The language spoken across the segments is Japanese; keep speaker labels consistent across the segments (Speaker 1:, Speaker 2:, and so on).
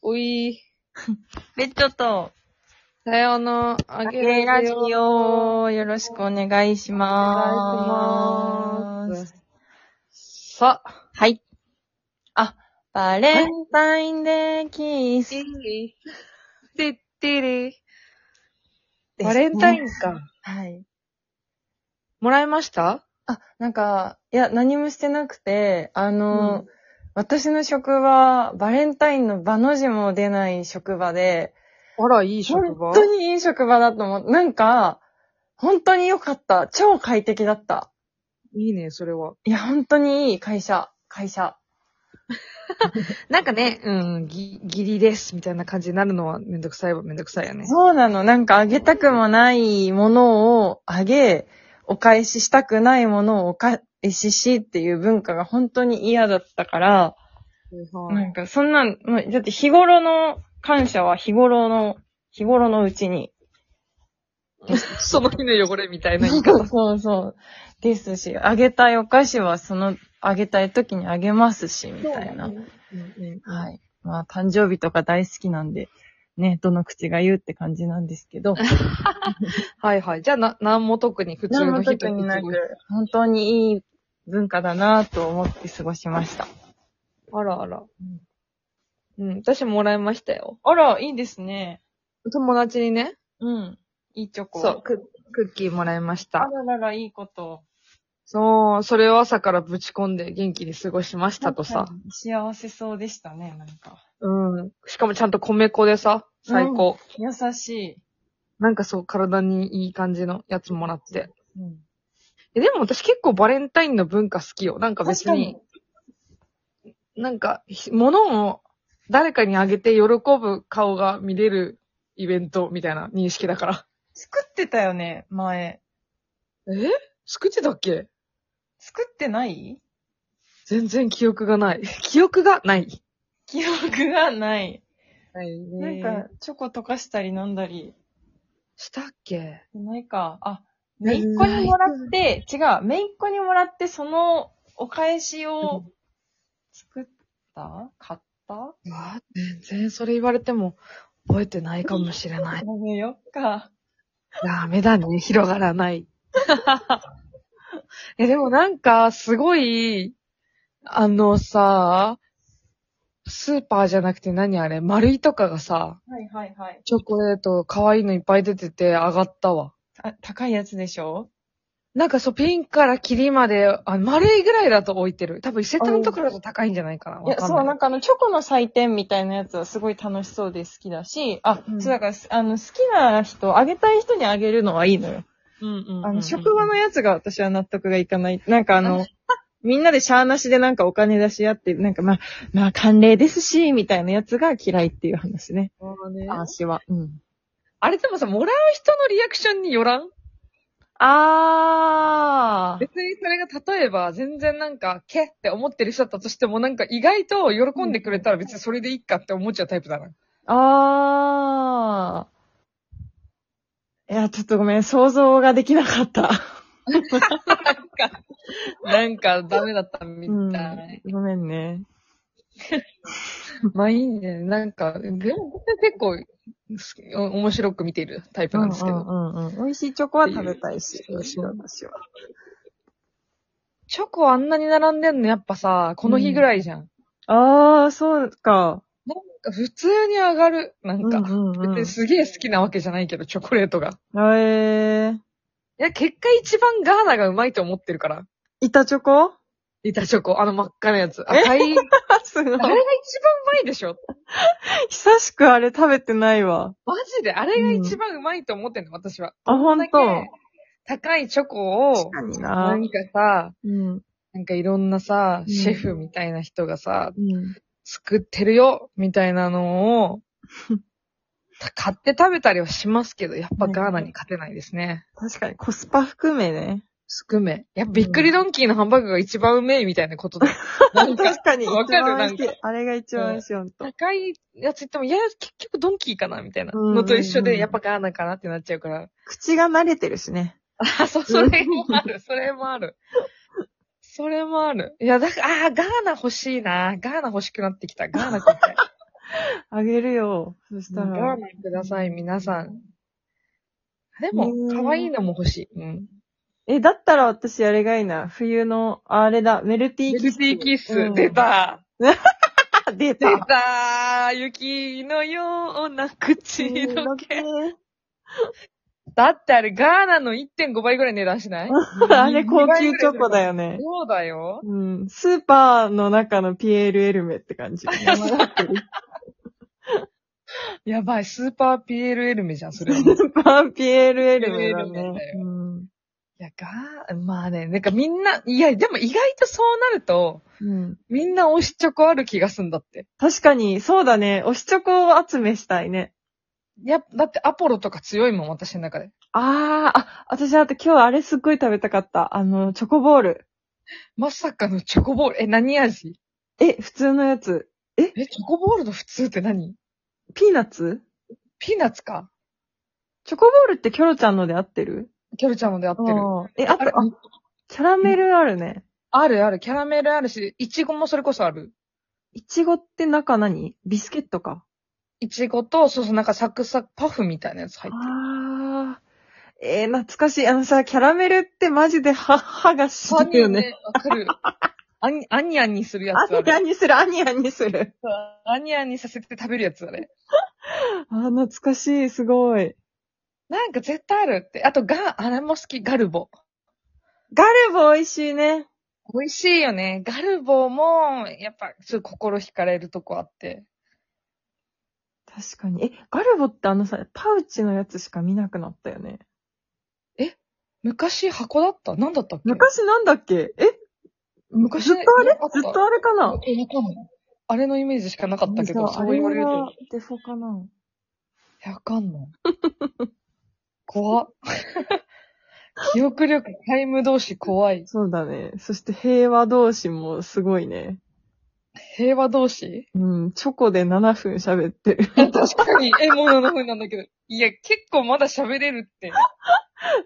Speaker 1: おい。
Speaker 2: ベッドと、
Speaker 1: さようなら、あ
Speaker 2: あ
Speaker 1: げ
Speaker 2: げラ
Speaker 1: ラ
Speaker 2: ジ
Speaker 1: ジオ。
Speaker 2: オ、よろしくお願いし
Speaker 1: お
Speaker 2: ま
Speaker 1: 願いしま
Speaker 2: ー。
Speaker 1: すす。さあ。
Speaker 2: はい。あ、バレンタインデーキースです、
Speaker 1: てってれ。 バレンタインか。
Speaker 2: はい。
Speaker 1: もらいました
Speaker 2: あ、なんか、いや、何もしてなくて、あ
Speaker 1: う
Speaker 2: の、
Speaker 1: ん
Speaker 2: 私の職場、バレンタインの場の字も出ない職場で、
Speaker 1: あら、いい職場
Speaker 2: 本当にいい職場だと思う。なんか、本当に良かった。超快適だった。
Speaker 1: いいね、それは。
Speaker 2: いや、本当にいい会社。会社。
Speaker 1: なんかね、うん、ぎ、ギリです、みたいな感じになるのはめんどくさいわ、めんどくさいよね。
Speaker 2: そうなの。なんかあげたくもないものをあげ、お返ししたくないものをお返ししっていう文化が本当に嫌だったから、
Speaker 1: は
Speaker 2: ないんかそんなん、もうだって日頃の感謝は日頃の、日頃のうちに。
Speaker 1: その日の汚れみたいな言い
Speaker 2: そ
Speaker 1: 方
Speaker 2: う。そうそう。ですし、あげたいお菓子はその、あげたい時にあげますし、みたいな。はい。まあ、誕生日とか大好きなんで、ね、どの口が言うって感じなんですけど、
Speaker 1: はいはい。じゃあ、な、なんも特に普通の人と
Speaker 2: 何も特になく
Speaker 1: いつも
Speaker 2: 本当にいい文化だなぁと思って過ごしました。
Speaker 1: あらあら。うん、私もらいましたよ。
Speaker 2: あら、いいですね。
Speaker 1: 友達にね、
Speaker 2: うん。いいチョコ。
Speaker 1: そう、。ククッキーもらいまし
Speaker 2: あ
Speaker 1: た。
Speaker 2: ららら、いいこと。
Speaker 1: そう、それを朝からぶち込んで元気に過ごしましたとさ。。
Speaker 2: 幸せそうでしたね、なんか。
Speaker 1: うん。しかもちゃんと米粉でさ、最高。
Speaker 2: 優し
Speaker 1: なんかそう、体にいい感じのやつもらって。
Speaker 2: い。うん。
Speaker 1: えでも私結構バレンタインの文化好きよ。なんか
Speaker 2: 確
Speaker 1: 別
Speaker 2: か
Speaker 1: に
Speaker 2: に、。
Speaker 1: なんか、ひ物を誰かにあげて喜ぶ顔が見れるイベントみたいな認識だから。
Speaker 2: 作ってたよね、前。
Speaker 1: え作ってたっけ
Speaker 2: 作ってない
Speaker 1: 全然記憶がない。 記憶がない。
Speaker 2: 記憶がない。
Speaker 1: はい
Speaker 2: なんか、、チョコ溶かしたり飲んだり。
Speaker 1: したっけ
Speaker 2: ないか。あ、
Speaker 1: な
Speaker 2: め
Speaker 1: い
Speaker 2: いっ子にもらって、違う、めいっ子にもらって、そのお返しを作った買った
Speaker 1: うわ全然それ言われても覚えてないかもしれない。
Speaker 2: 食べよっか。
Speaker 1: ダメだね。広がらない。 え、でもなんか、すごい、あのさ、スーパーじゃなくて何あれ、丸いとかがさ、
Speaker 2: はいはいはい。
Speaker 1: チョコレート可愛いのいっぱい出てて上がったわ。
Speaker 2: あ、高いやつでしょ
Speaker 1: なんかそう、ピンから霧まで、あ丸いぐらいだと置いてる。多分伊勢丹のところだと高いんじゃないかな。
Speaker 2: い
Speaker 1: わ
Speaker 2: や、
Speaker 1: かん
Speaker 2: そう、
Speaker 1: な
Speaker 2: ないんかあの、チョコの祭典みたいなやつはすごい楽しそうで好きだし、あ、
Speaker 1: うん
Speaker 2: そうだから、あの、好きな人、あげたい人にあげるのはいいのよ。
Speaker 1: うんうんうんうん
Speaker 2: あの、職場のやつが私は納得がいかない。なんかあの、みんなでシャーなしでなんかお金出し合って、なんかまあ、まあ慣例ですし、みたいなやつが嫌いっていう話ね。
Speaker 1: あ
Speaker 2: 私は。うん。
Speaker 1: あれでもさ、もらう人のリアクションによらん
Speaker 2: あ
Speaker 1: 別にそれが例えば、全然なんか、けって思ってる人だったとしても、なんか意外と喜んでくれたら別にそれでいいかって思っちゃうタイプだな。
Speaker 2: あー。いや、ちょっとごめん、想像ができなかった。
Speaker 1: なんかダメだったみたい。
Speaker 2: ごめんね。
Speaker 1: まあいいね。なんか、でも結構、すお面白く見ているタイプなんですけど。
Speaker 2: うんうんうん。美味しいチョコは食べたいし、
Speaker 1: うん
Speaker 2: 私は。私は
Speaker 1: チョコあんなに並んでんのやっぱさ、この日ぐらいじゃん。
Speaker 2: あー、そうか。
Speaker 1: なんか普通に上がる。なんか、
Speaker 2: うんうんうん
Speaker 1: 別にすげえ好きなわけじゃないけど、チョコレートが。
Speaker 2: えー。
Speaker 1: いや、結果一番ガーナがうまいと思ってるから。
Speaker 2: 板チョコ
Speaker 1: 板チョコ、あの真っ赤なやつ。赤い。
Speaker 2: すごい
Speaker 1: あれが一番うまいでしょ
Speaker 2: 久しくあれ食べてないわ。
Speaker 1: マジで、あれが一番うまいと思ってんの、私は。
Speaker 2: あ、ほんと
Speaker 1: こんだけ高いチョコを、
Speaker 2: に
Speaker 1: なんかさ、
Speaker 2: うん。
Speaker 1: なんかいろんなさ、
Speaker 2: うん
Speaker 1: シェフみたいな人がさ、
Speaker 2: うん。
Speaker 1: 作ってるよ、みたいな のを、買って食べたりはしますけど、やっぱガーナに勝てないですね。
Speaker 2: 確かにコスパ含めね。
Speaker 1: 含め。いや、びっくりドンキーのハンバーグが一番うめえみたいな ことだ。なんか、
Speaker 2: 確かに一
Speaker 1: わかる
Speaker 2: 番美味しい
Speaker 1: なん
Speaker 2: あれが一番美味しい、ほんと。
Speaker 1: 高いやつ言っても、いや、結局ドンキーかな、みたいな
Speaker 2: うん
Speaker 1: のと一緒
Speaker 2: うん
Speaker 1: で、やっぱガーナかなってなっちゃう から。
Speaker 2: 口が慣れてるしね。
Speaker 1: あ、そう、それもある、それもある。 それもある。いや、だから、あーガーナ欲しいな。ガーナ欲しくなってきた。ガーナ食いたい。
Speaker 2: あげるよ。そした
Speaker 1: ラ
Speaker 2: ら
Speaker 1: ー。メンください、皆さん。でも
Speaker 2: う、ん
Speaker 1: 可愛いのも欲しい。うん。
Speaker 2: え、だったら私あれがいいな。冬の、あれだ、メルティ
Speaker 1: メ
Speaker 2: ーキ
Speaker 1: ル
Speaker 2: ス。
Speaker 1: ティーキッス、
Speaker 2: うん
Speaker 1: 出た
Speaker 2: あ
Speaker 1: 出
Speaker 2: 出た。
Speaker 1: た雪のような口の毛。だってあれ、ガーナの1.5倍ぐらい値段しない
Speaker 2: あれ高級チョコだよね。
Speaker 1: そうだよ。
Speaker 2: うん。スーパーの中のピエールエルメって感じ。
Speaker 1: やばい、スーパー PLL メじゃん、それは。
Speaker 2: スーパーピエールエルメだね。うん
Speaker 1: いや、が、まあね、なんかみんな、いや、でも意外とそうなると、
Speaker 2: うん。
Speaker 1: みんな推しチョコある気がすんだって。
Speaker 2: 確かに、そうだね。推しチョコを集めしたいね。
Speaker 1: いや、だってアポロとか強いもん、私の中で。
Speaker 2: あー、あ、私あと今日あれすっごい食べたかった。あの、チョコボール。
Speaker 1: まさかのチョコボール、え、何味
Speaker 2: え、普通のやつ。
Speaker 1: え、チョコボールの普通って何
Speaker 2: ピーナッツ
Speaker 1: ピーナッツか
Speaker 2: チョコボールってキョロちゃんので合ってる
Speaker 1: キョルちゃんので合ってる。
Speaker 2: あーえ、あと、
Speaker 1: あれ
Speaker 2: あ、キャラメルあるね。
Speaker 1: あるある、キャラメルあるし、イチゴもそれこそある。
Speaker 2: いちごって中何ビスケットか。
Speaker 1: イチゴと、そうそう、なんかサクサク、パフみたいなやつ入ってる。
Speaker 2: あー。えー、懐かしい。あのさ、キャラメルってマジで歯、歯が死ぬよね。。
Speaker 1: わかる。あに、あにゃんにするや
Speaker 2: あ
Speaker 1: つあ
Speaker 2: にゃ
Speaker 1: る。
Speaker 2: んにする、あにゃんにする。
Speaker 1: あにゃんにさせて食べるやつあれ。
Speaker 2: あー、懐かしい。すごい。
Speaker 1: なんか絶対あるって。あと、ガ、あれも好き、ガルボ。
Speaker 2: ガルボ美味しいね。
Speaker 1: 美味しいよね。ガルボも、やっぱ、ちょっと心惹かれるとこあって。
Speaker 2: 確かに。え、ガルボってあのさ、パウチのやつしか見なくなったよね。
Speaker 1: 昔箱だった何だったっけ
Speaker 2: 昔なんだっけえ
Speaker 1: 昔
Speaker 2: ずっとあれ
Speaker 1: あった
Speaker 2: ずっとあれかな
Speaker 1: え、わかんない。あれのイメージしかなかったけど、
Speaker 2: さ
Speaker 1: そう言われる
Speaker 2: あ
Speaker 1: と。
Speaker 2: れがデフォかない
Speaker 1: や、わかんない。怖っ。 記憶力、タイム同士怖い。
Speaker 2: そうだね。そして平和同士もすごいね。
Speaker 1: 平和同 士
Speaker 2: うん、チョコで7分喋っ てる。
Speaker 1: 確かに、え、もう7分なんだけど。いや、結構まだ喋れるって。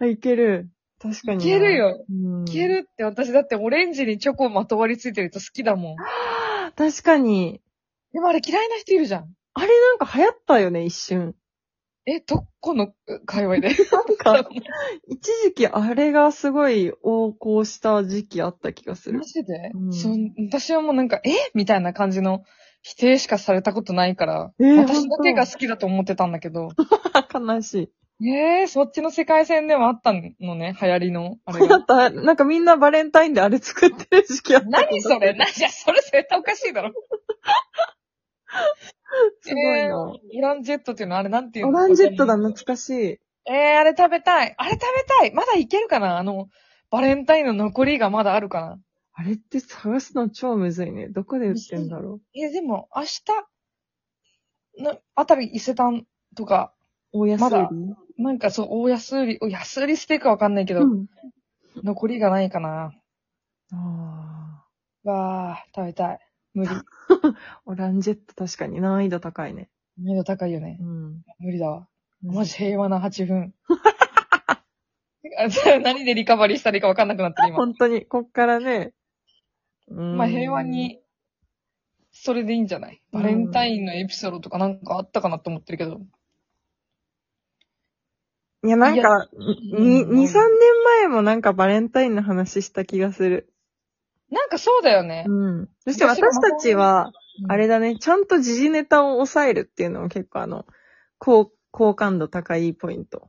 Speaker 2: あいける。確かに。
Speaker 1: いける。よ。
Speaker 2: うん、
Speaker 1: いけ。るって、私だってオレンジにチョコまとわりついてると好きだもん。
Speaker 2: 確かに。
Speaker 1: でもあれ嫌いな人いるじゃん。
Speaker 2: あれなんか流行ったよね、一瞬。
Speaker 1: え、どこの界隈で。
Speaker 2: なんか、一時期あれがすごい横行した時期あった気が する
Speaker 1: マ。ジで、
Speaker 2: うん
Speaker 1: そう私はもうなんか、えみたいな感じの否定しかされたことないから、
Speaker 2: えー
Speaker 1: 私だけが好きだと思ってたんだけど、
Speaker 2: 悲しい。
Speaker 1: えー、そっちの世界線でもあったのね、流行りの、あれ
Speaker 2: だ
Speaker 1: が。
Speaker 2: った、なんかみんなバレンタインであれ作ってる時期あった。
Speaker 1: 何それ何や、それ絶対おかしいだろ。
Speaker 2: すごい
Speaker 1: えー
Speaker 2: な。
Speaker 1: オランジェットっていうのあれなんていう
Speaker 2: オ
Speaker 1: の
Speaker 2: ランジェットだ、
Speaker 1: ね
Speaker 2: 懐かしい。
Speaker 1: えー、あれ食べたい。あれ食べたい。まだいけるかなあの、バレンタインの残りがまだあるかな。
Speaker 2: あれって探すの超むずいね。どこで売ってんだろ
Speaker 1: えー、でも、明日の、あたり伊勢丹とか、
Speaker 2: う。大安売り
Speaker 1: まだなんかそう、大安売り、お安売りしてるかわかんないけど、
Speaker 2: うん。
Speaker 1: 残りがないかな。
Speaker 2: あ
Speaker 1: わー、食べたい。無理。
Speaker 2: あ。オランジェット確かに難易度高いね。
Speaker 1: 目度高いよね
Speaker 2: う。ん。
Speaker 1: 無理だわ。マジ平和な8分。 あじゃあ何でリカバリーしたらいいかわかんなくなってる今。
Speaker 2: 本当に、こっからね。ま
Speaker 1: まあ平和。に、それでいいんじゃないバレンタインのエピソードとかなんかあったかなと思ってるけど。
Speaker 2: いや、なんか、に、
Speaker 1: うん
Speaker 2: 2、3年前もなんかバレンタインの話した気がする。
Speaker 1: なんかそうだよね。
Speaker 2: うん。そして私たちは、
Speaker 1: うん
Speaker 2: あれだね、ちゃんと時事ネタを抑えるっていうのも結構あの、好、好感度高いポイント。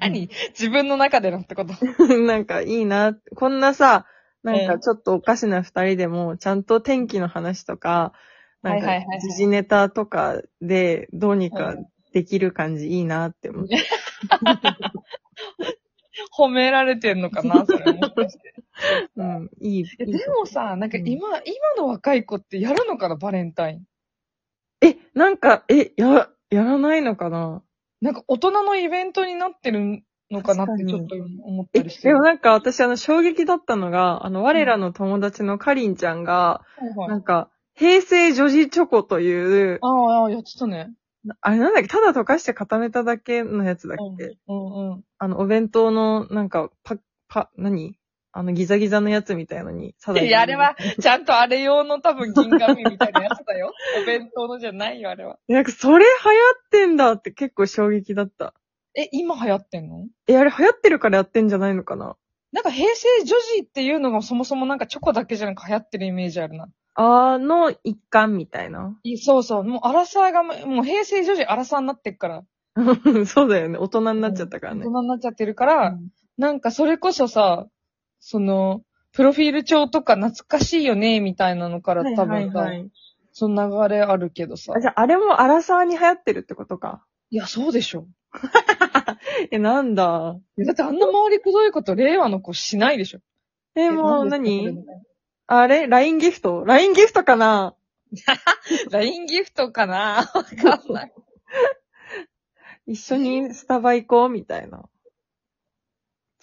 Speaker 1: 何自分の中でのってこと。
Speaker 2: なんかいいな、こんなさ、なん
Speaker 1: う
Speaker 2: か
Speaker 1: ん
Speaker 2: ちょっとおかしな二人でも、ちゃんと天気の話とか、なんか
Speaker 1: はいはいはいはい
Speaker 2: 時事ネタとかでどうにかできる感じいいなって思 って。
Speaker 1: 褒められてんのか なそれもしかして。
Speaker 2: う
Speaker 1: うん
Speaker 2: ん、いい。
Speaker 1: え
Speaker 2: いい
Speaker 1: でもさ、なんか今、今の若い子ってやるのかなバレンタイン。
Speaker 2: え、なんか、え、や、やらないのかな
Speaker 1: なんか大人のイベントになってるのかなってち
Speaker 2: 確かに
Speaker 1: ょっと思っ
Speaker 2: え、
Speaker 1: たりして
Speaker 2: で
Speaker 1: る。
Speaker 2: もなんか私あの衝撃だったのが、あの我らの友達のかりんちゃんが、
Speaker 1: はいは
Speaker 2: ないんか、平成女子チョコという、
Speaker 1: ああああ、やってたね。
Speaker 2: あれなんだっけただ溶かして固めただけのやつだっ
Speaker 1: うん
Speaker 2: け、
Speaker 1: うんうん。
Speaker 2: あの、お弁当の、なんか、パ、パ、何あのギザギザのやつみたいのに、ただ。
Speaker 1: いや、あれは、ちゃんとあれ用の多分銀紙みたいなやつだよ。お弁当のじゃないよ、あれは。
Speaker 2: なんかそれ流行ってんだって結構衝撃だった。
Speaker 1: え、今流行ってんの
Speaker 2: え、あれ流行ってるからやってんじゃないのかな
Speaker 1: なんか平成女子っていうのがそもそもなんかチョコだけじゃなく流行ってるイメージあるな。
Speaker 2: あの一環みたいな。
Speaker 1: いそうそう。もうアラサーが、もう平成女子アラサーになってっから。
Speaker 2: そうだよね。大人になっちゃったからね
Speaker 1: 大。人になっちゃってるから、なんかそれこそさ、その、プロフィール帳とか懐かしいよね、みたいなのから多分さ、
Speaker 2: はいはいはい
Speaker 1: その流れあるけどさ
Speaker 2: あ。じゃあ、あれも荒沢に流行ってるってことか。
Speaker 1: いや、そうでしょ。
Speaker 2: え、なんだ。
Speaker 1: いやだってあんな周りくどいこと令和の子しないでしょ。
Speaker 2: え、
Speaker 1: え
Speaker 2: もう
Speaker 1: なんですか
Speaker 2: 何あれ ?LINE ギフト ?LINE ギフトかな
Speaker 1: それ ?LINE ギフトかなわかん ない。
Speaker 2: 一緒にスタバ行こうみたいな。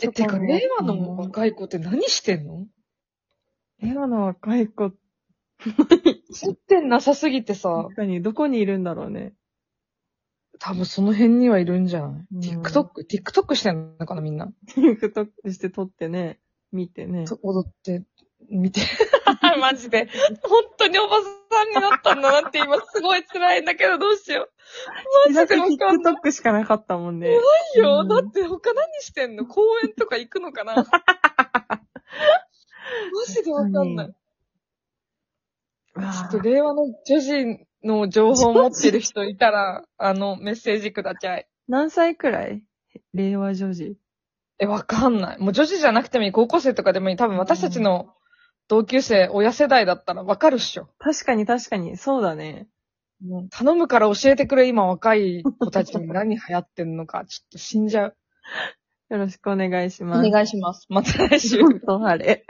Speaker 1: え、てか、
Speaker 2: そこ
Speaker 1: 令
Speaker 2: ね
Speaker 1: 和の若い子って何してんの
Speaker 2: 令和の若い子、
Speaker 1: 接点なさすぎてさ、
Speaker 2: 確かにどこにいるんだろうね。
Speaker 1: 多分その辺にはいるんじゃない、
Speaker 2: うん
Speaker 1: ?TikTok、TikTok してんのかな、みんな。
Speaker 2: TikTok して撮ってね、見てね。
Speaker 1: そう踊って、見て。 マジで。本当におばさんになったんだなって今すごい辛いんだけどどうしよう。マジでわかんない
Speaker 2: TikTok しかなかったもんね。
Speaker 1: よ。
Speaker 2: うん
Speaker 1: だって他何してんの公園とか行くの かなマジでわかんない。ちょっと令和の女子の情報を持ってる人いたら、あの、メッセージください。
Speaker 2: 何歳くらい令和女児。
Speaker 1: え、わかんない。もう女子じゃなくてもいい。高校生とかでもいい。多分私たちの同級生、親世代だったらわかるっしょ。
Speaker 2: 確かに確かに、そうだね。
Speaker 1: もう頼むから教えてくれ、今若い子たちに何流行ってんのか、ちょっと死んじゃう。
Speaker 2: よろしくお願いし
Speaker 1: お
Speaker 2: ます。
Speaker 1: 願いします。また来週。
Speaker 2: 本当あれ。